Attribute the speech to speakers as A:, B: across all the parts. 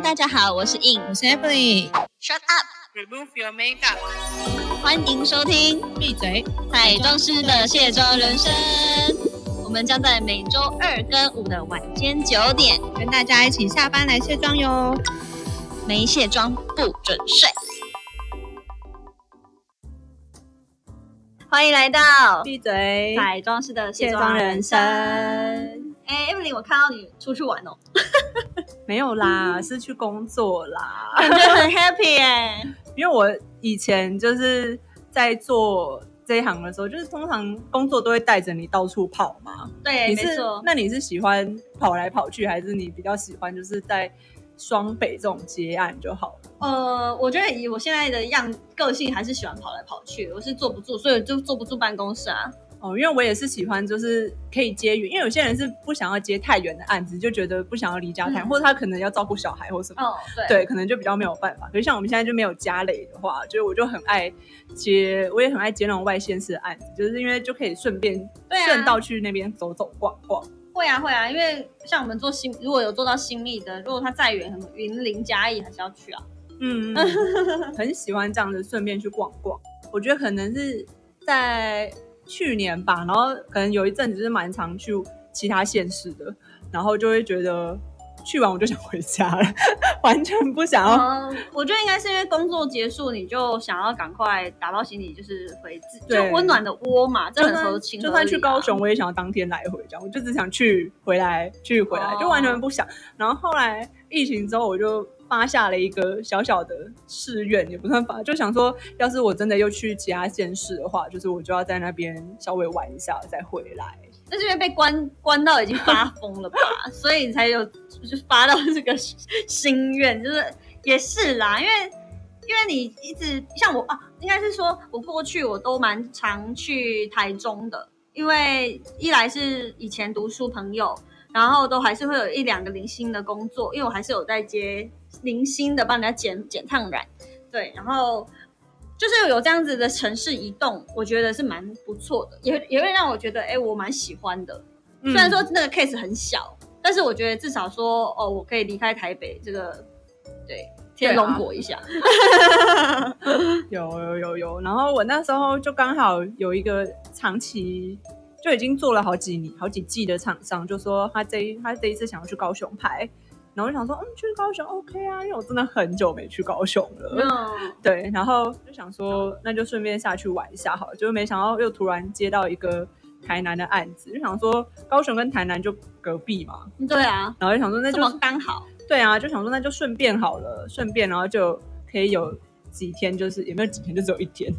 A: 大家好，我是 In，
B: 我是 Emily，
A: Shut up，
B: Remove your makeup，
A: 欢迎收听《
B: 闭嘴。
A: 彩妆师的卸妆人生》，我们将在每周二跟五的晚间九点，
B: 跟大家一起下班来卸妆哟。
A: 没卸妆不准睡。欢迎来到
B: 闭嘴
A: 彩妆师的卸
B: 卸
A: 妆
B: 妆
A: 人
B: 人
A: 生
B: 生。
A: 哎，Emily，我看到你出去玩哦，
B: 没有啦，是去工作啦。
A: 感觉很 happy 哎、
B: 因为我以前就是在做这一行的时候，就是通常工作都会带着你到处跑嘛。
A: 对，
B: 你
A: 没
B: 是
A: 错，
B: 那你是喜欢跑来跑去，还是你比较喜欢就是在双北这种接案就好了？
A: 呃，我觉得以我现在的样个性，还是喜欢跑来跑去，我是坐不住，所以我就坐不住办公室啊。
B: 哦，因为我也是喜欢，就是可以接远，因为有些人是不想要接太远的案子，就觉得不想要离家太，
A: 嗯
B: 或者他可能要照顾小孩或什么。
A: 哦，对，
B: 对，可能就比较没有办法。可是像我们现在就没有家累的话，就是我就很爱接，我也很爱接那种外县市的案子，就是因为就可以顺便
A: 对啊
B: 顺道去那边走走逛逛。
A: 会啊会啊，因为像我们做新，如果有做到新密的，如果它再远，什么云林嘉义还是要去啊。
B: 嗯，很喜欢这样子顺便去逛逛。我觉得可能是在去年吧，然后可能有一阵子就是蛮常去其他县市的，然后就会觉得去完我就想回家了， 完全不想要。
A: 嗯，我觉得应该是因为工作结束，你就想要赶快打包行李，就是回自就
B: 对
A: 温暖的窝嘛，这
B: 就
A: 很
B: 算
A: 合情合理啊、
B: 就算去高雄，我也想要当天来回这样，我就只想去回来，去回来，
A: 哦
B: 就完全不想。然后后来疫情之后，我就发下了一个小小的誓愿，也不算发，就想说，要是我真的又去其他县市的话，就是我就要在那边稍微玩一下再回来。
A: 但是因为被关关到已经发疯了吧，所以你才有就是发到这个心愿，就是也是啦，因为因为你一直像我啊，应该是说我过去我都蛮常去台中的，因为一来是以前读书朋友，然后都还是会有一两个零星的工作，因为我还是有在接零星的帮人家剪剪烫染，对，然后就是有这样子的城市移动，我觉得是蛮不错的，也也会让我觉得，哎、我蛮喜欢的。
B: 嗯
A: 虽然说那个 case 很小，但是我觉得至少说，哦，我可以离开台北这个，对，天
B: 啊
A: 龙国一下。
B: 有有有有，然后我那时候就刚好有一个长期就已经做了好几年、好几季的厂商，就说他这一他这一次想要去高雄拍，然后我就想说，嗯，去高雄 OK 啊，因为我真的很久没去高雄了。
A: 嗯，
B: 对，然后就想说，那就顺便下去玩一下好了。就没想到又突然接到一个台南的案子，就想说高雄跟台南就隔壁嘛，
A: 对啊，
B: 然后就想说那
A: 这
B: 就
A: 么刚好。
B: 对啊，就想说那就顺便好了，顺便然后就可以有几天，就是也没有几天，就只有一 天，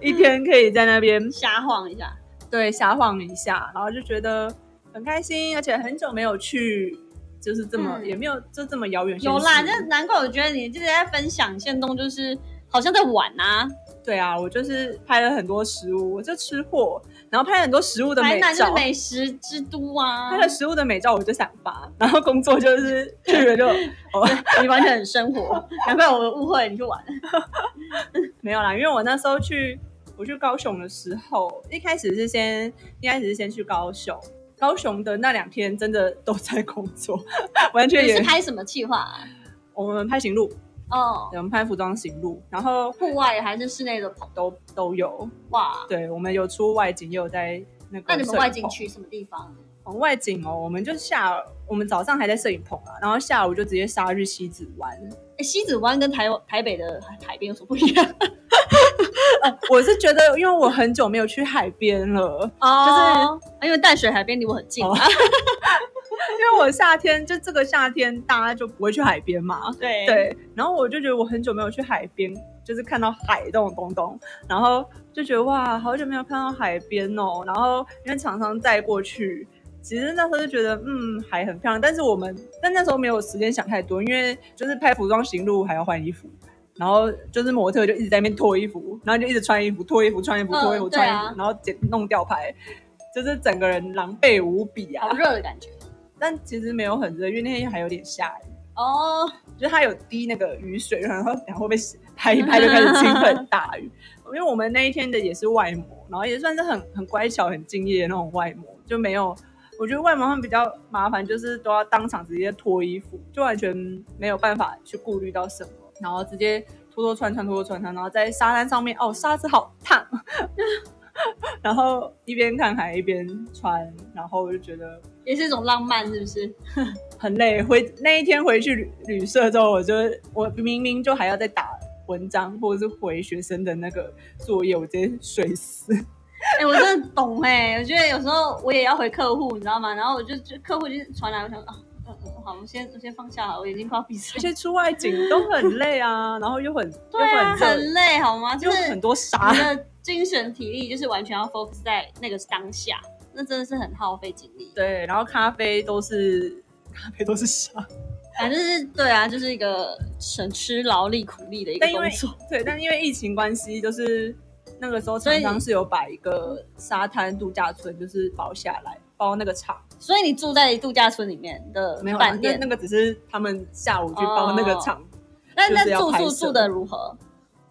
B: 一天可以在那边
A: 瞎晃一下，
B: 对瞎晃一下，然后就觉得很开心，而且很久没有去，就是这么、
A: 嗯
B: 也没有就这么遥远。
A: 有啦，
B: 县
A: 这
B: 市
A: 难怪我觉得你就是在分享线动，就是好像在玩啊，
B: 对啊，我就是拍了很多食物，我就吃货，然后拍了很多食物的
A: 台
B: 美
A: 南就是
B: 照。
A: 美食之都 啊
B: 拍，了食物的美照，我就想发，然后工作就是去了就哦
A: 你完全很生活，难怪我误会你去玩。
B: 没有啦，因为我那时候去我去高雄的时候，一开始是先一开始是先去高雄，高雄的那两天真的都在工作， 完全
A: 你是
B: 也
A: 拍什么计划、啊？
B: 我们拍行路，
A: 哦，
B: 我们拍服装行路，然后
A: 户外还是室内的棚？
B: 都都有，
A: 哇，
B: 对我们有出外景，也有在那个
A: 那你们
B: 摄影
A: 外景
B: 棚
A: 去什么地方？
B: 哦，外景哦，我们就下我们早上还在摄影棚啊，然后下午就直接杀日西子湾。
A: 诶哎西子湾跟台台北的海边有什么不一样？
B: 我是觉得，因为我很久没有去海边了，
A: 哦，就是因为淡水海边离我很近
B: 哦
A: 啊。
B: 因为我夏天就这个夏天大家就不会去海边嘛，
A: 对，
B: 对，然后我就觉得我很久没有去海边，就是看到海这种东东，然后就觉得哇，好久没有看到海边哦。然后因为厂商带过去，其实那时候就觉得嗯，海很漂亮，但是我们但那时候没有时间想太多，因为就是拍服装行路还要换衣服。然后就是模特就一直在那边脱衣服，然后就一直穿衣服、脱衣服、穿衣服、脱衣服、
A: 嗯对
B: 穿衣
A: 啊
B: 服，然后剪弄吊牌，就是整个人狼狈无比啊
A: 好！热的感觉。
B: 但其实没有很热，因为那天还有点下雨。
A: 哦，
B: 就是它有滴那个雨水，然后然后被拍一拍就开始倾盆大雨。因为我们那一天的也是外模，然后也算是很很乖巧、很敬业的那种外模，就没有我觉得外毛上比较麻烦，就是都要当场直接脱衣服，就完全没有办法去顾虑到什么，然后直接脱脱穿穿脱脱穿穿，然后在沙滩上面，哦，沙子好烫，然后一边看海一边穿，然后我就觉得
A: 也是一种浪漫，是不是？
B: 很累。回那一天回去旅旅社之后，我就我明明就还要再打文章或者是回学生的那个作业，我直接睡死。
A: 哎、我真的懂哎、我觉得有时候我也要回客户，你知道吗？然后我就就客户就是传来，我想说啊，嗯嗯，好，我先我先放下好了，我眼睛快要闭
B: 而
A: 上。
B: 且出外景都很累啊，然后又很又
A: 对啊，
B: 很热，
A: 很累好吗？就
B: 又
A: 是
B: 很多沙
A: 你。的精神体力就是完全要 focus 在那个当下，那真的是很耗费精力。
B: 对，然后咖啡都是咖啡都是沙。
A: 反正就是对啊，就是一个省吃劳力苦力的一个
B: 但因为
A: 工作。
B: 对，但因为疫情关系，就是那个时候
A: 所以
B: 厂商是有把一个沙滩度假村就是包下来，包那个场。
A: 所以你住在度假村里面的
B: 没有啦
A: 饭
B: 那
A: 店，
B: 那个只是他们下午去包那个场，
A: 那
B: 就是
A: 那
B: 要
A: 住
B: 拍
A: 宿
B: 摄
A: 住的如何？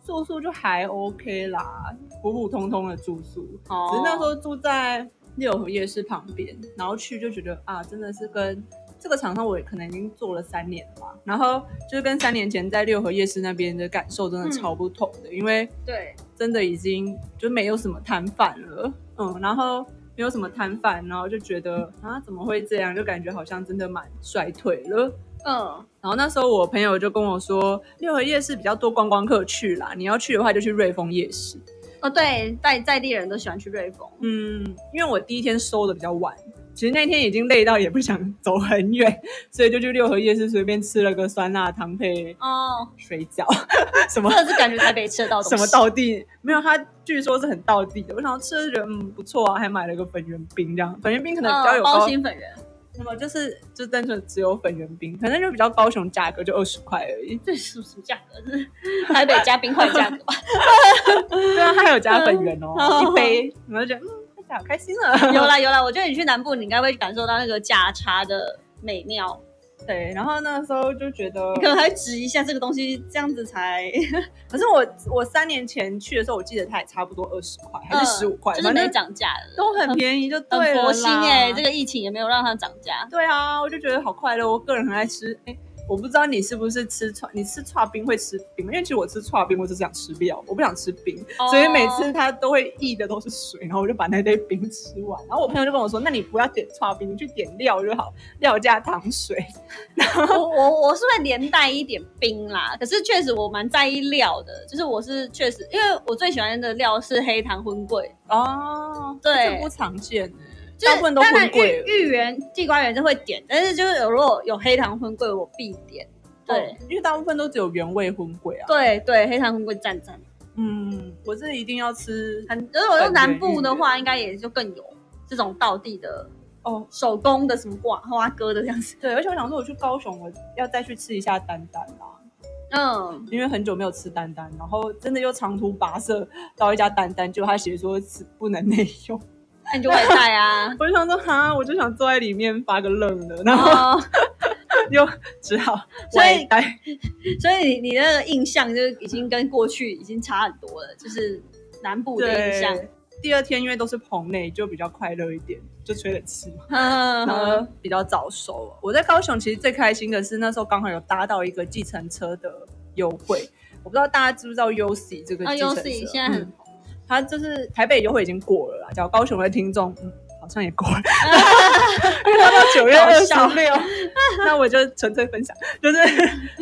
B: 住宿就还 OK 啦，普普通通的住宿。
A: 哦
B: 只是那时候住在六合夜市旁边，然后去就觉得啊，真的是跟这个厂商我可能已经做了三年了吧，然后就是跟三年前在六合夜市那边的感受真的超不同的，因为
A: 对，
B: 真的已经就没有什么摊贩了，嗯，然后没有什么摊贩，然后就觉得啊，怎么会这样？就感觉好像真的蛮衰退了。
A: 嗯，
B: 然后那时候我朋友就跟我说，六合夜市比较多观光客去啦，你要去的话就去瑞丰夜市。
A: 哦，对，在在地人都喜欢去瑞丰，
B: 嗯，因为我第一天收的比较晚，其实那天已经累到也不想走很远，所以就去六合夜市随便吃了个酸辣汤配
A: 哦，
B: 水饺，什么
A: 这是感觉台北吃得到的
B: 什
A: 东西
B: 么道地没有，它据说是很道地的。我想要吃就觉得嗯不错啊，还买了个粉圆冰这样，粉圆冰可能比
A: 嗯，
B: 较有
A: 包
B: 高，
A: 心粉圆，
B: 那么就是就单纯只有粉圆冰，可能就比较高雄价格就二十块而已。
A: 这是什么价格？这是台北加冰块价 格吧？
B: 对啊，它还有加粉圆哦，
A: 嗯
B: 一杯，我就觉得嗯，大家好开心啊。
A: 有啦有啦，我觉得你去南部，你应该会感受到那个价差的美妙，
B: 对，然后那个时候就觉得
A: 你可能还会质疑一下这个东西，这样子才
B: 可是我我三年前去的时候，我记得它也差不多二十块还是十五块，
A: 嗯就是
B: 反
A: 没
B: 正
A: 涨价了，
B: 都很啊便宜，就
A: 很
B: 对了啦。
A: 佛心哎、这个疫情也没有让它涨价。
B: 对啊，我就觉得好快乐。我个人很爱吃，哎、我不知道你是不是吃串，你吃串冰会吃冰吗，因为其实我吃串冰，我只想吃料，我不想吃冰，
A: 哦
B: 所以每次它都会溢的都是水，然后我就把那堆冰吃完。然后我朋友就跟我说：“那你不要点串冰，你去点料就好，料加糖水。
A: 我我我是会连带一点冰啦，可是确实我蛮在意料的，就是我是确实，因为我最喜欢的料是黑糖荤桂，”
B: 哦，
A: 对
B: 这不常见欸
A: 就是
B: 大部分都
A: 当然
B: 混桂
A: 芋芋圆、地瓜圆就会点，但是就是有如果有黑糖荤桂，我必点。对、
B: 哦因为大部分都只有原味荤桂啊。
A: 对对，黑糖荤桂赞赞。
B: 嗯，我是一定要吃
A: 很，如果用南部的
B: 感
A: 话，应该也就更有这种道地的
B: 哦，
A: 手工的什么挂花哥的这样子。
B: 对，而且我想说，我去高雄，我要再去吃一下丹丹啦，
A: 嗯，
B: 因为很久没有吃丹丹，然后真的又长途跋涉到一家丹丹，就他写说此不能内用，。
A: 那你就外带啊
B: 我就想说哈，我就想坐在里面发个愣的，然后
A: 哦，
B: 又只好
A: 所以
B: 外带
A: 所以你你那个印象就已经跟过去已经差很多了，就是南部的印象。
B: 对。第二天因为都是棚内，就比较快乐一点，就吹冷气嘛。
A: 嗯
B: 然后比较早熟。我在高雄其实最开心的是那时候刚好有搭到一个计程车的优惠，我不知道大家知不知道 U C 这个
A: 啊
B: 计程车，
A: ，UC 现在很
B: 嗯它就是台北优惠已经过了啦，叫高雄的听众，嗯，好像也过 了，因为它到九月
A: 搞
B: 二
A: 笑
B: 十六， 那我就纯粹分享，就是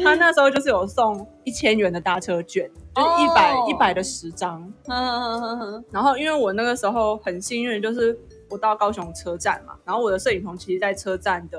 B: 他那时候就是有送一千元的搭车券，就是一百
A: 哦
B: 一百的十张，
A: 嗯嗯嗯嗯
B: 然后因为我那个时候很幸运，就是我到高雄车站嘛，然后我的摄影棚其实在车站的，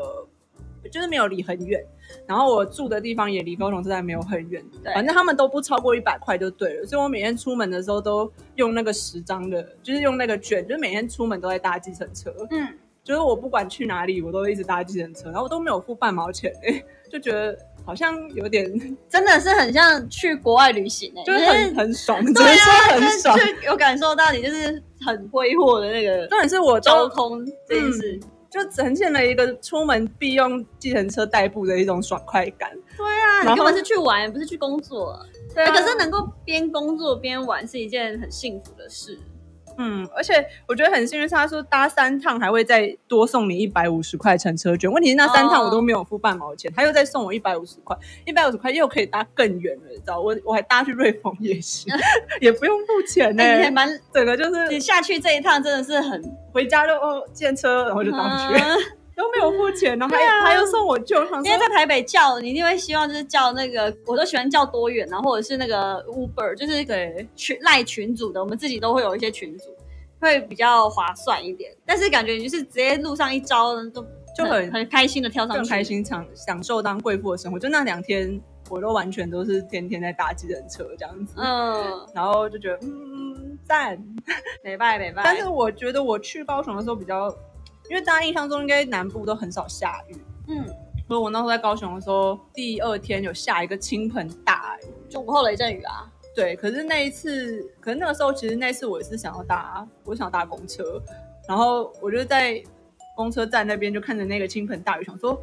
B: 就是没有离很远，然后我住的地方也离高雄车站没有很远，
A: 对
B: 反正他们都不超过一百块就对了，所以我每天出门的时候都用那个十张的，就是用那个券，就是每天出门都在搭计程车，
A: 嗯，
B: 就是我不管去哪里，我都一直搭计程车，然 后我都没有付半毛钱、欸，就觉得好像有点
A: 真的是很像去国外旅行诶、欸，
B: 就是很很爽， 只
A: 对
B: 能
A: 啊，
B: 说很
A: 就是
B: 爽。
A: 就是有感受到你就是很挥霍的那个
B: 重点是我
A: 交
B: 都
A: 通这件事。
B: 就呈现了一个出门必用计程车代步的一种爽快感。
A: 对啊，你
B: 然
A: 根
B: 后
A: 本是去玩，不是去工作、啊
B: 对
A: 欸
B: 啊
A: 可是能够边工作边玩是一件很幸福的事。
B: 嗯，而且我觉得很幸运，是他说搭三趟还会再多送你一百五十块乘车券。问题是那三趟我都没有付半毛钱，他又再送我一百五十块，一百五十块又可以搭更远了，你知道？我我还搭去瑞丰夜 市，也不用付钱呢、
A: 哎、你还蛮，
B: 整个就是
A: 你下去这一趟真的是很，
B: 回家就哦见车，然后就当去，
A: 嗯
B: 都没有付钱，然后还、
A: 对啊
B: 他又送我旧汤，
A: 因为在台北叫，你一定会希望就是叫那个，我都喜欢叫多远啊，或者是那个 Uber，就是
B: 对
A: 群赖群组的，我们自己都会有一些群组，会比较划算一点。但是感觉你就是直接路上一招呢，都
B: 就很
A: 很开心的跳上
B: 更
A: 去，
B: 开。心，享享受当贵妇的生活。就那两天，我都完全都是天天在搭计程车这样子，
A: 嗯，
B: 然后就觉得嗯赞。
A: 美拜美拜。
B: 但是我觉得我去高雄的时候比较，因为大家印象中应该南部都很少下雨，
A: 嗯，
B: 所以我那时候在高雄的时候，第二天有下一个倾盆大雨。
A: 就午后雷阵雨啊，
B: 对，可是那一次，可是那个时候其实那一次我也是想要搭，我想搭公车，然后我就在公车站那边就看着那个倾盆大雨，想说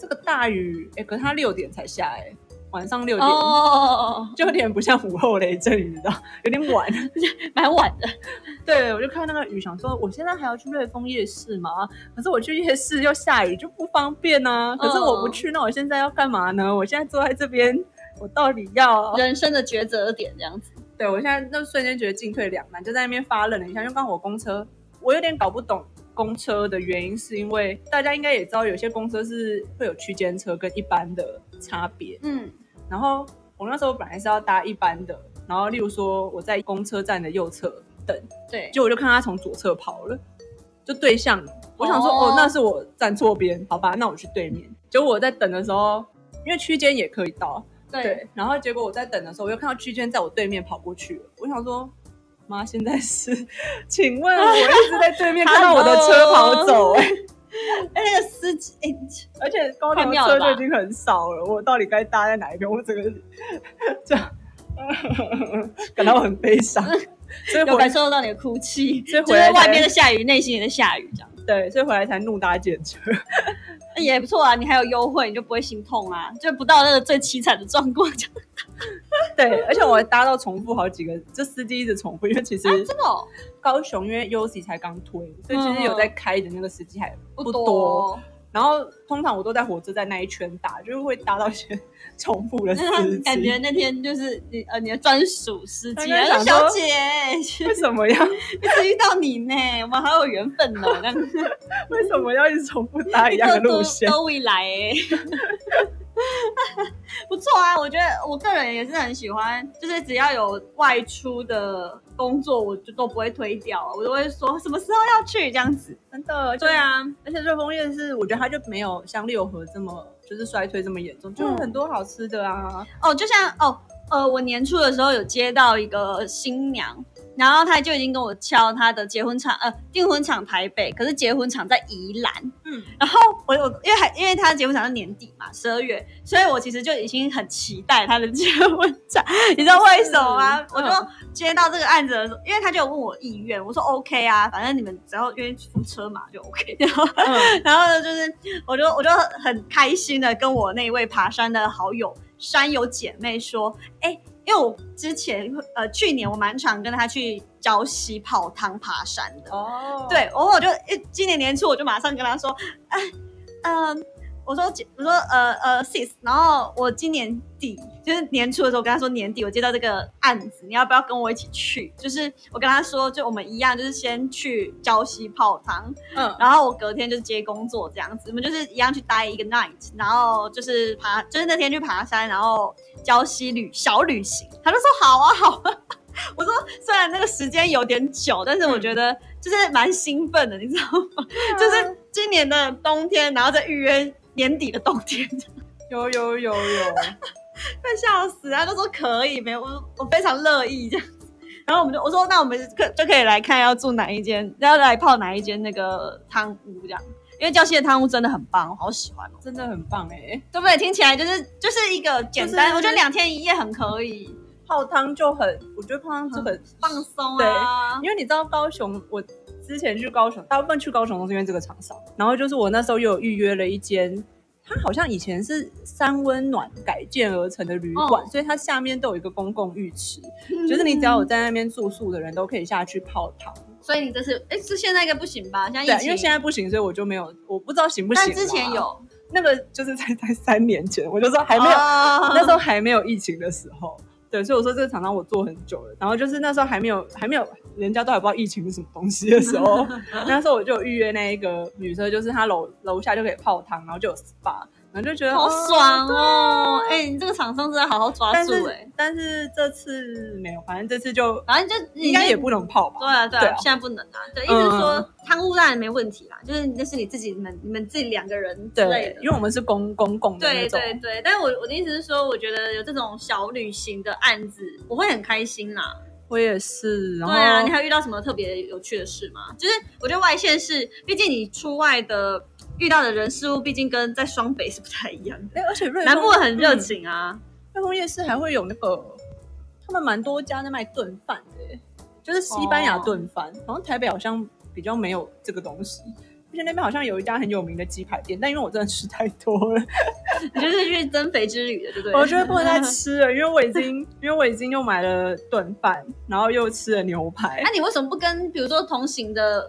B: 这个大雨，哎、可是它六点才下、哎，晚上六点。
A: 哦，
B: 就有点不像午后雷阵雨，你知道，有点晚。
A: 蛮晚的。
B: 对，我就看到那个雨，想说我现在还要去瑞丰夜市嘛，可是我去夜市又下雨，就不方便啊。可是我不去，那我现在要干嘛呢？我现在坐在这边，我到底要？
A: 人生的抉择点这样子，
B: 对我现在那瞬间觉得进退两难，就在那边发愣了一下。因为刚好我公车，我有点搞不懂公车的原因，是因为大家应该也知道，有些公车是会有区间车跟一般的差别。
A: 嗯，
B: 然后我那时候本来是要搭一般的，然后例如说我在公车站的右侧等，
A: 对，
B: 结果我就看他从左侧跑了，就对向。我想说，
A: 哦
B: 哦，那是我站错边，好吧，那我去对面。结果我在等的时候，因为区间也可以到，
A: 对，
B: 然后结果我在等的时候，我又看到区间在我对面跑过去了。我想说，妈，现在是，请问我一直在对面看到我的车跑走、哎，
A: 哎，那个司机，哎，
B: 而且高
A: 太
B: 铁
A: 妙了
B: 车
A: 吧
B: 就已经很少了，我到底该搭在哪一边？我整个是这样， 感到很悲 伤。所以
A: 有
B: 回
A: 感受到你的哭泣，
B: 所以
A: 就
B: 回
A: 是
B: 来
A: 外
B: 才
A: 面在下雨，内心也在下雨这样。
B: 对，所以回来才怒搭检车。
A: 也不错啊，你还有优惠，你就不会心痛啊，就不到那个最凄惨的状况。真
B: 对，而且我还搭到重复好几个，这司机一直重复，因为其实
A: 的哦
B: 高雄因为 U C 才刚推，所以
A: 嗯
B: 其实有在开的那个司机还
A: 不
B: 多。哦
A: 多，
B: 然后通常我都在火车站那一圈搭，就是会搭到一些重复的司机。
A: 感 觉那天就是你呃你的专属司机，
B: 刚刚
A: 然后
B: 想
A: 小
B: 说
A: 姐
B: 为什么要
A: 一直遇到你呢，我们好有缘分哦， 这样
B: 为什么要一直重复搭一样的路线
A: 都？都未来哎、 不错啊，我觉得我个人也是很喜欢，就是只要有外出的工作，我就都不会推掉，啊我都会说什么时候要去这样子。
B: 真的，
A: 对，啊，
B: 而且瑞丰夜市，我觉得它就没有像六合这么就是衰退这么严重，就有
A: 嗯
B: 很多好吃的啊。
A: 哦，就像哦，呃，我年初的时候有接到一个新娘，然后她就已经跟我敲她的结婚场，呃，订婚场台北，可是结婚场在宜兰。
B: 嗯，
A: 然后我我因为还因为她结婚场是年底嘛，十二月，所以我其实就已经很期待她的结婚场。 你知道为什么吗
B: 是？嗯
A: 我就接到这个案子的时候，因为她就有问我意愿，我说 OK 啊，反正你们只要愿意出车嘛就 OK。然后
B: 嗯，
A: 然后呢，就是我就我就很开心的跟我那位爬山的好友山友姐妹说，哎、因为我之前呃去年我蛮常跟她去礁溪泡汤爬山的，
B: 哦，
A: 对，然后我就一今年年初我就马上跟她说，哎，嗯、我说姐，我说呃呃 sis，然后我今年底就是年初的时候，我跟她说年底我接到这个案子，你要不要跟我一起去？就是我跟她说，就我们一样，就是先去礁溪泡汤，
B: 嗯，
A: 然后我隔天就接工作这样子，我们就是一样去待一个 night，然后就是爬，就是那天去爬山，然后礁溪旅小旅行，他就说好啊好啊。 我说虽然那个时间有点久，但是我觉得就是蛮兴奋的，你知道吗？就是今年的冬天，然后再预约年底的冬天，
B: 有有有有。
A: 快笑死！他就说可以，没有，我说我非常乐意这样子。然后我们就我说那我们可就可以来看要住哪一间，要来泡哪一间那个汤屋这样，因为教西的汤屋真的很棒，我好喜欢哦，
B: 真的很棒哎、
A: 对不对？听起来就是就是一个简单，
B: 就是
A: 我觉得两天一夜很可以
B: 泡汤就很，我觉得泡汤就很，
A: 放松啊。
B: 因为你知道高雄，我之前去高雄，大部分去高雄都是因为这个厂商，然后就是我那时候又有预约了一间。它好像以前是三温暖改建而成的旅馆，
A: 哦
B: 所以它下面都有一个公共浴池，就是你只要有在那边住宿的人都可以下去泡汤。
A: 所以你这次，哎，这现在应该不行吧？像疫
B: 对，啊
A: 情，
B: 因为现在不行，所以我就没有，我不知道行不行啦。
A: 但之前有，
B: 那个就是在在三年前，我就说还没有，
A: 哦
B: 那时候还没有疫情的时候。对，所以我说这个厂商我做很久了，然后就是那时候还没有还没有，人家都还不知道疫情是什么东西的时 候，那时候我就有预约那一个女生，就是她楼楼下就可以泡汤，然后就有 SPA，然后就觉得
A: 好
B: 哦
A: 爽 哦！哎、你这个厂商真的好好抓
B: 但
A: 住哎、
B: 是但是这次没有，反正这次就
A: 反正就你
B: 应该
A: 就
B: 也不能泡吧
A: 对。啊，对
B: 对
A: 啊
B: 啊，
A: 现在不能啊。对，意思是说
B: 嗯
A: 贪污当然没问题啦，就是那是你自己、你们、你们自己两个人之类
B: 对
A: 的，
B: 因。为我们是公公共的那
A: 对
B: 种，
A: 对对，但是我我的意思是说，我觉得有这种小旅行的案子，我会很开心啦。
B: 我也是。然
A: 对
B: 后
A: 啊，你还有遇到什么特别有趣的事吗？就是我觉得外县市，毕竟你出外的遇到的人事物，毕竟跟在双北是不太一样 的。
B: 哎而且瑞
A: 南部
B: 丰
A: 很热
B: 嗯
A: 情啊，
B: 瑞丰夜市还会有那个，他们蛮多家在卖炖饭的耶，就是西班
A: 哦
B: 牙炖饭。好像台北好像比较没有这个东西，而且那边好像有一家很有名的鸡排店，但因为我真的吃太多了，
A: 你就是去增肥之旅的，对不对？
B: 我觉得不 能再吃了，因为我已经因为我已经又买了炖饭，然后又吃了牛排
A: 那、。啊你为什么不跟比如说同行的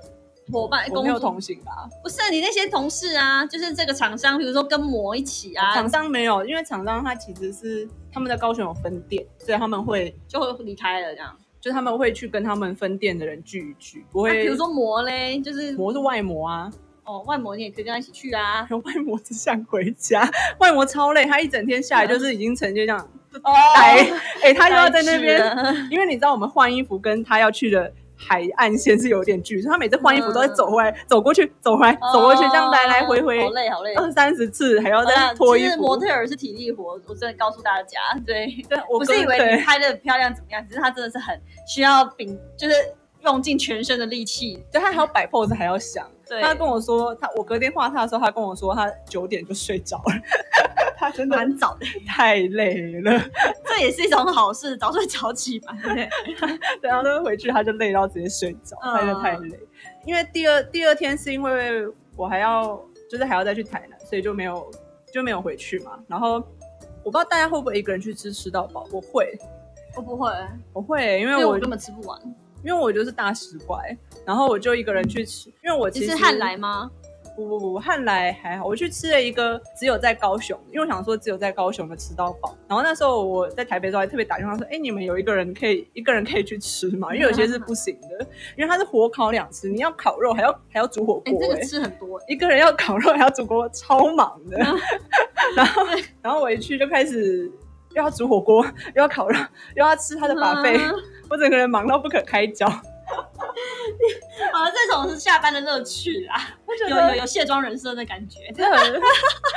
A: 伙伴、
B: 我
A: 工
B: 没有
A: 作
B: 同行吧？
A: 不是啊你那些同事啊，就是这个厂商，比如说跟模一起啊，
B: 厂商没有，因为厂商他其实是他们在高雄有分店，所以他们会
A: 就会离开了这样。
B: 就他们会去跟他们分店的人聚一聚，不
A: 那、啊比
B: 会。
A: 如说模嘞，就是
B: 模是外模啊，
A: 哦外模，你也可以跟他一起去啊。
B: 外模只想回家，外模超累，他一整天下来就是已经成就这样
A: 嗯哦，
B: 呆，哎、他又要在那边，
A: 边，
B: 因为你知道我们换衣服跟他要去的海岸线是有点距离，所以他每次换衣服都会走回来、走过去、走回来、走过去，这样来来
A: 嗯
B: 回
A: 啊哦好
B: 回
A: 累好累。
B: 二三十次，还要
A: 好啦
B: 再脱衣
A: 其实模
B: 服。
A: 特儿是体力活，我真的告诉大家，对，
B: 对，我
A: 不是以为
B: 对
A: 你拍的漂亮怎么样，只是他真的是很需要秉，就是用尽全身的力气。
B: 对他还要摆 pose，还要想。
A: 对，
B: 他跟我说，他我隔天画他的时候，他跟我说他九点就睡着了，他真的
A: 蛮早的，
B: 太累了。
A: 这也是一种好事，早睡早起嘛，对不 对？
B: 然后他回去他就累到直接睡着，
A: 嗯
B: 他就太累。因为第二第二天是因为我还要就是还要再去台南，所以就没有就没有回去嘛。然后我不知道大家会不会一个人去吃吃到饱，我会
A: 我不会，
B: 我会，
A: 因
B: 因为
A: 为
B: 我
A: 我根本吃不完。
B: 因为我就是大食怪，然后我就一个人去吃，因为我
A: 你
B: 其实
A: 是汉来吗？
B: 不不不汉来还好，我去吃了一个只有在高雄，因为我想说只有在高雄的吃到饱。然后那时候我在台北的时候还特别打电话说，哎、你们有一个人 可以一个人可以去吃吗？因为有些是不行的，因为它是火烤两吃，你要烤肉还要还要煮火
A: 哎、
B: 锅、
A: 这个
B: 诶
A: 吃很多、 欸，
B: 一个人要烤肉还要煮火锅，超忙 的。 然后然后我一去就开始又要煮火锅，又要烤肉，又要吃他的把费、
A: 嗯
B: 我整个人忙到不可开交。
A: 好了，这种是下班的乐趣啦，
B: 我觉
A: 有有
B: 得
A: 有卸妆人生的感觉。
B: 真的很。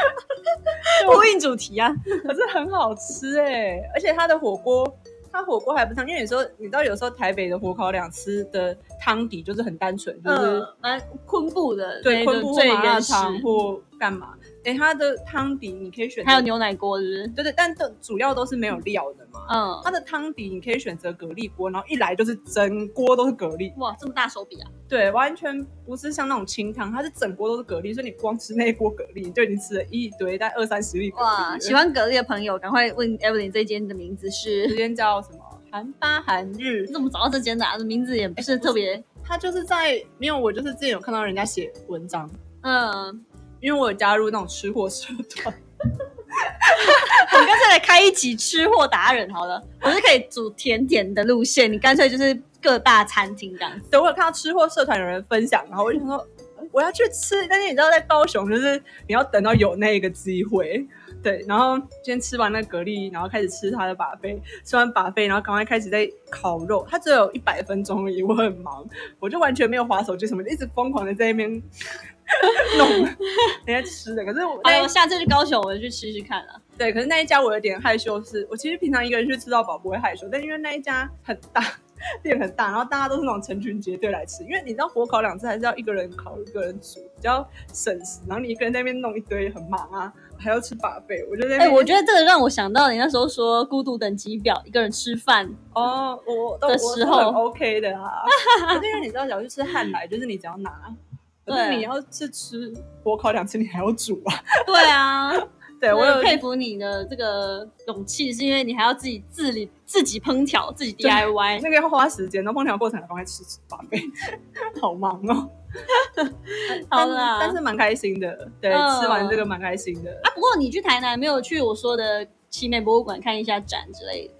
A: 呼应主题啊，
B: 可是很好吃哎、而且它的火锅，它火锅还不烫，因为有时候你知道，有时候台北的火烤两吃的汤底就是很单纯，就是、
A: 呃，蛮昆布的，
B: 对
A: 那
B: 昆
A: 个
B: 布或
A: 最
B: 麻辣
A: 原始，
B: 烫或干嘛。哎、它的汤底你可以选择，
A: 还有牛奶锅，是不是？
B: 对对，但都主要都是没有料的嘛。
A: 嗯，
B: 它的汤底你可以选择蛤蜊锅，然后一来就是整锅都是蛤蜊，
A: 哇，这么大手笔啊！
B: 对，完全不是像那种清汤，它是整锅都是蛤蜊，所以你光吃那一锅蛤蜊，你就已经吃了一堆，大概二三十粒蛤蜊了。
A: 哇，喜欢蛤蜊的朋友，赶快问 Evelyn 这间的名字
B: 时
A: 是？
B: 间叫什么？韩 巴韩日
A: 你怎么找到这间的、啊？名字也不是特别，
B: 他就是在没有我就是之前有看到人家写文章，
A: 嗯，
B: 因为我有加入那种吃货社团，
A: 我们干脆来开一集吃货达人好了，我是可以煮甜点的路线，你干脆就是各大餐厅这样子。
B: 等我有看到吃货社团有人分享，然后我就想说我要去吃，但是你知道在高雄就是你要等到有那个机会，对，然后先吃完那个蛤蜊，然后开始吃他的把费，吃完把费，然后赶快开始在烤肉，他只有一百分钟而已，我很忙，我就完全没有划手机什么的，一直疯狂的在那边 弄人家吃的，可是我
A: 好
B: 那一
A: 了，我下次去高雄，我就去吃吃看了。
B: 对，可是那一家我有点害羞是，我其实平常一个人去吃到饱不会害羞，但因为那一家很大，店很大，然后大家都是那种成群结队来吃，因为你知道火烤两次还是要一个人烤一个人煮，比较省时，然后你一个人在那边弄一堆很忙啊，还要吃把费，我就在那
A: 哎、
B: 边
A: 我觉得这个让我想到你那时候说孤独等级表，一个人吃饭，
B: 哦，我我都
A: 的
B: 我
A: 时
B: 是
A: 候
B: 很 OK 的啊， 可是因为你知道，假如去吃汉来，就是你只要拿，可
A: 对
B: 是你要是吃火烤两次，你还要煮啊，
A: 对啊，
B: 对我有
A: 佩服你的这个勇气，是因为你还要自己自理、自己烹调、自己
B: 对
A: DIY。
B: 那个要花时间，然后烹调过程还赶快吃吃八倍， 好忙哦。
A: 好
B: 但是
A: 啦，
B: 但是蛮开心的，对，
A: 嗯
B: 吃完这个蛮开心的。
A: 啊，不过你去台南没有去我说的奇美博物馆看一下展之类的，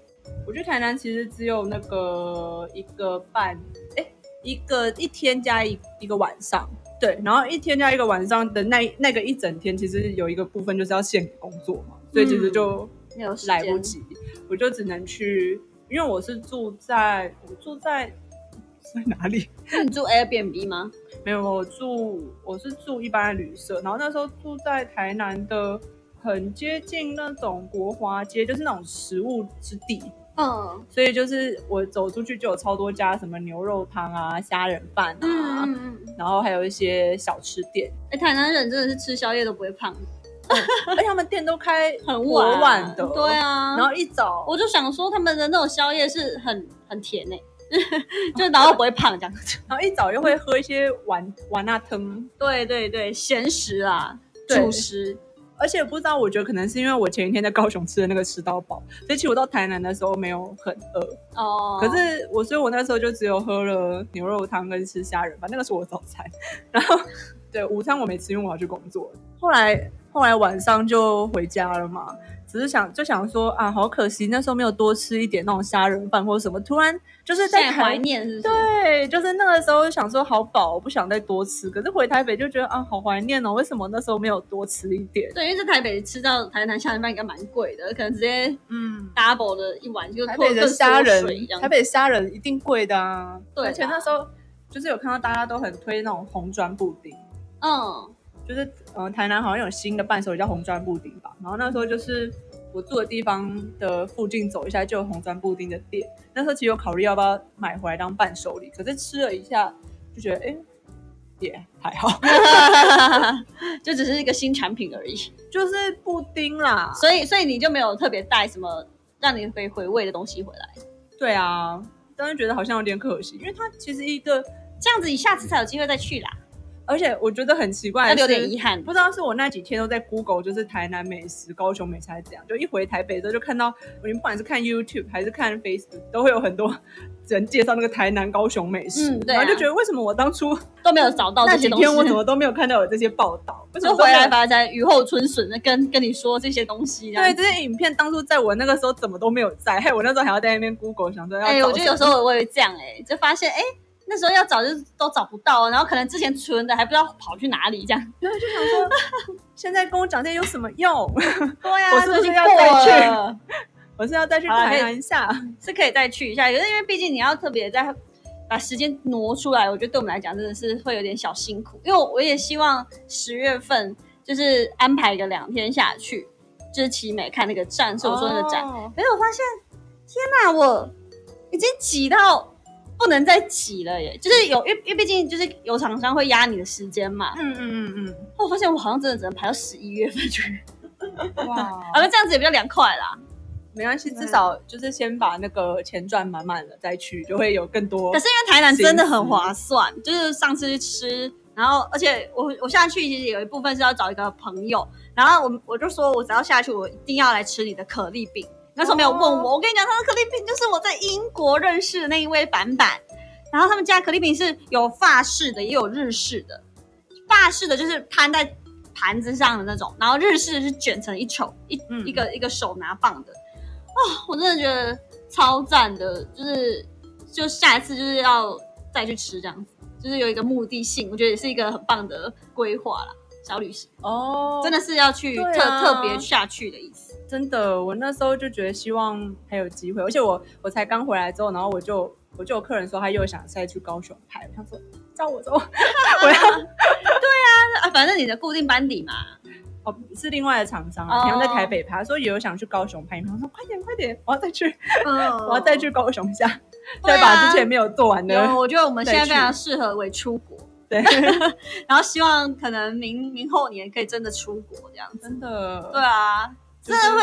B: 我去台南其实只有那个一个半，哎、一个一天加一一个晚上，对，然后一天加一个晚上的那那个一整天，其实有一个部分就是要献给工作嘛，所以其实就
A: 没嗯有时间
B: 来不。及，我就只能去，因为我是住在我住在在哪里？
A: 那你住 Airbnb 吗？
B: 没有，我住我是住一般的旅社，然后那时候住在台南的很接近那种国华街，就是那种食物之地，
A: 嗯
B: 所以就是我走出去就有超多家什么牛肉汤啊、虾仁饭啊，
A: 嗯嗯嗯，
B: 然后还有一些小吃店，
A: 哎、台南人真的是吃宵夜都不会胖，
B: 而且他们店都开
A: 很
B: 晚
A: 晚
B: 晚的，
A: 对。啊，
B: 然后一早，
A: 我就想说他们的那种宵夜是很很甜诶、 就是然后不会胖这样。
B: 然后一早又会喝一些丸丸那汤，
A: 对对对，咸食啊，
B: 对
A: 主食。
B: 而且不知道，我觉得可能是因为我前一天在高雄吃的那个吃到饱，所以其实我到台南的时候没有很饿，
A: 哦，
B: 可是我，所以我那时候就只有喝了牛肉汤跟吃虾仁饭，那个是我的早餐。然后，对午餐我没吃，因为我要去工作了。后来，后来晚上就回家了嘛，只是想就想说啊，好可惜那时候没有多吃一点那种虾仁饭或者什么。突然就是
A: 现在
B: 在台
A: 怀念是不是？
B: 对，就是那个时候想说好饱，我不想再多吃。可是回台北就觉得啊，好怀念哦，为什么那时候没有多吃一点？
A: 对，因为在台北吃到台南虾仁饭应该蛮贵的，可能直接
B: 嗯。
A: double 的一碗就
B: 台
A: 跟
B: 北的虾
A: 跟
B: 仁
A: 缩水一，样
B: 台。北虾仁一定贵的啊！
A: 对啦
B: 而且那时候就是有看到大家都很推那种红砖布丁，
A: 嗯，
B: 就是嗯、呃台南好像有新的伴手礼叫红砖布丁吧。然后那时候就是我住的地方的附近走一下就有红砖布丁的店，那时候其实有考虑要不要买回来当伴手礼，可是吃了一下就觉得哎、诶也还好，
A: 就只是一个新产品而已。
B: 就是布丁啦。
A: 所以，所以你就没有特别带什么让你可以回味的东西回来，
B: 对啊，但是觉得好像有点可惜，因为它其实一个，
A: 这样子你下次才有机会再去啦，
B: 而且我觉得很奇怪
A: 那
B: 的
A: 留
B: 是，
A: 点遗憾。
B: 不知道是我那几天都在 Google，就是台南美食、高雄美食还是怎样，就一回台北之后就看到，我不管是看 YouTube 还是看 Facebook，都会有很多人介绍那个台南、高雄美食，
A: 嗯对啊
B: 然后就觉得为什么我当初
A: 都没有找到
B: 那
A: 这些
B: 几
A: 东西，
B: 天我怎么都没有看到有这些报道？为什么
A: 就
B: 都
A: 回
B: 没有
A: 来？吧，才雨后春笋的跟跟你说这些东西这样
B: 对，
A: 子。
B: 这些影片当初在我那个时候怎么都没有在，害我那时候还要在那边 Google 想说要找
A: 哎、
B: 什么。
A: 我觉得有时候我也会这样、哎，就发现哎、那时候要找就是都找不到，然后可能之前存的还不知道跑去哪里这样。
B: 对，就想说现在跟我讲这些有什么用？
A: 对呀、
B: 我是不是
A: 都已经
B: 要
A: 过
B: 再去
A: 了？
B: 我是要再去
A: 好啦
B: 台
A: 可以
B: 南一下。
A: 是可以再去一下，可是因为毕竟你要特别再把时间挪出来，我觉得对我们来讲真的是会有点小辛苦。因为我也希望十月份就是安排个两天下去，就是奇美看那个展，是我说那个展。
B: 哦
A: 可是我发现，天哪，我已经挤到不能再挤了耶！就是有，因为因为毕竟就是有厂商会压你的时间嘛。
B: 嗯嗯嗯
A: 我发现我好像真的只能排到十一月份去，
B: 嗯， 哇
A: 好像这样子也比较凉快啦。
B: 没关系，至少就是先把那个钱赚满满了再去，就会有更多。
A: 可是因为台南真的很划算，就是上次去吃，然后而且我我下去其实有一部分是要找一个朋友，然后我我就说我只要下去，我一定要来吃你的可丽饼。那时候没有问我，
B: 哦
A: 我跟你讲，他的可丽饼就是我在英国认识的那一位板板，然后他们家可丽饼是有法式的，也有日式的，法式的就是摊在盘子上的那种，然后日式是卷成一球一、
B: 嗯
A: 一个一个手拿棒的，哦，我真的觉得超赞的，就是就下一次就是要再去吃这样子，就是有一个目的性，我觉得也是一个很棒的规划啦，小旅行
B: 哦，
A: 真
B: 的
A: 的是要去
B: 对
A: 特、
B: 啊
A: 特别下去的意思，
B: 真的，我那时候就觉得希望还有机会，而且我我才刚回来之后，然后我就我就有客人说他又想再去高雄拍，我想说叫我走，我要
A: 啊，反正你的固定班底嘛，
B: 哦是另外的厂商
A: 哦
B: 啊，平常在台北拍，他说也有想去高雄拍，他说快点快点，我要再去，
A: 嗯
B: 我要再去高雄一下，
A: 对
B: 再
A: 啊
B: 把之前没有做完的，
A: 有，我觉得我们现在
B: 再去
A: 非常适合为出国，
B: 对，
A: 然后希望可能明明后年可以真的出国这样子。
B: 真的，
A: 对啊，
B: 就
A: 真
B: 是
A: 的会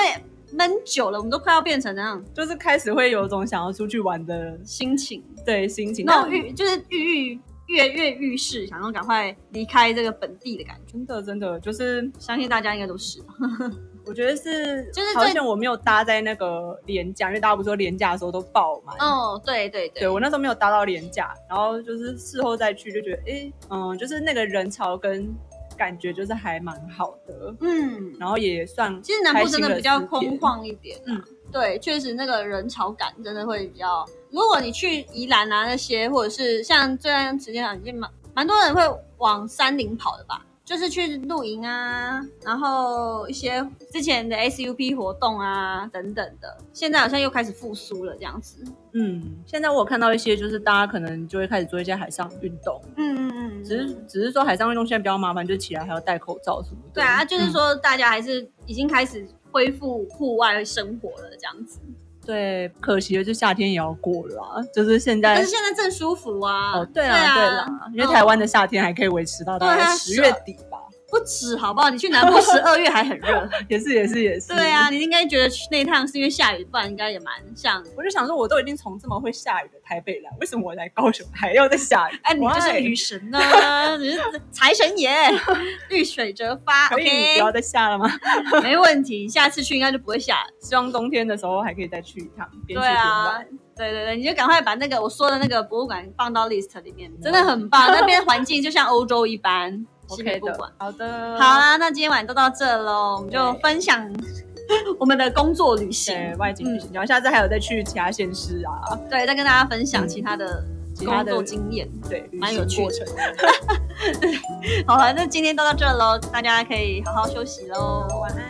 A: 闷久了，我们都快要变成那样
B: 就是开始会有种想要出去玩的
A: 心情，
B: 对心情，
A: 那
B: 但
A: 种郁就是郁郁跃跃欲试，想要赶快离开这个本地的感觉。
B: 真的真的就是，
A: 相信大家应该都是吧，
B: 我觉得是，
A: 就是
B: 好
A: 最
B: 像我没有搭在那个廉价，因为大家不是说廉价的时候都爆满。
A: 哦，对对对
B: 对我那时候没有搭到廉价，然后就是事后再去就觉得，诶，嗯，就是那个人潮跟感觉就是还蛮好的，
A: 嗯，
B: 然后也算
A: 其实南部真的比较
B: 开心
A: 空旷
B: 了
A: 一点、啊，
B: 嗯
A: 嗯，对，确实那个人潮感真的会比较。如果你去宜兰啊那些，或者是像这段时间啊，已经蛮蛮多人会往山林跑的吧，就是去露营啊，然后一些之前的 SUP 活动啊等等的，现在好像又开始复苏了这样子。
B: 嗯，现在我有看到一些就是大家可能就会开始做一些海上运动，
A: 嗯嗯嗯，
B: 只是只是说海上运动现在比较麻烦，就是起来还要戴口罩什么的。嗯
A: 对啊，就是说大家还是已经开始恢复户外生活了这样子，
B: 嗯对，可惜的就夏天也要过了啊、就是现
A: 可
B: 在
A: 是现在正舒服啊。
B: 哦，对
A: 啊，
B: 啦对啦，因为台湾的夏天还可以维持到大
A: 对
B: 概
A: 啊
B: 十
A: 是
B: 月
A: 啊
B: 底吧，
A: 不止好不好？你去南部十二月还很 热。
B: 也是也是也是。
A: 对啊，，你应该觉得去那一趟是因为下雨，不然应该也蛮像。
B: 我就想说，我都已经从这么会下雨的台北来，为什么我来高雄还要再下雨？
A: 哎，你就是
B: Why？
A: 雨神呐、啊， 你是财神爷，遇水则发。
B: 可以不
A: OK，
B: 要再下了吗？
A: 没问题，下次去应该就不会下。
B: 希望冬天的时候还可以再去一趟，边
A: 对
B: 去边
A: 啊
B: 玩。，
A: 对对对，你就赶快把那个我说的那个博物馆放到 list 里面，真的很棒， 那边环境就像欧洲一般。西美
B: OK
A: 不管
B: 的，好的，
A: 好啦，那今天晚上就到这喽，我们就
B: 对
A: 分享 我们的工作旅行，
B: 对外景旅行，然后下次还有再去其他县市啊，
A: 对，再跟大家分享其他的
B: 嗯其他
A: 工
B: 的
A: 作经验。
B: 对，
A: 蛮
B: 旅行
A: 有趣的
B: 过程。
A: 好了，那今天都到这喽，大家可以好好休息喽，
B: 晚安。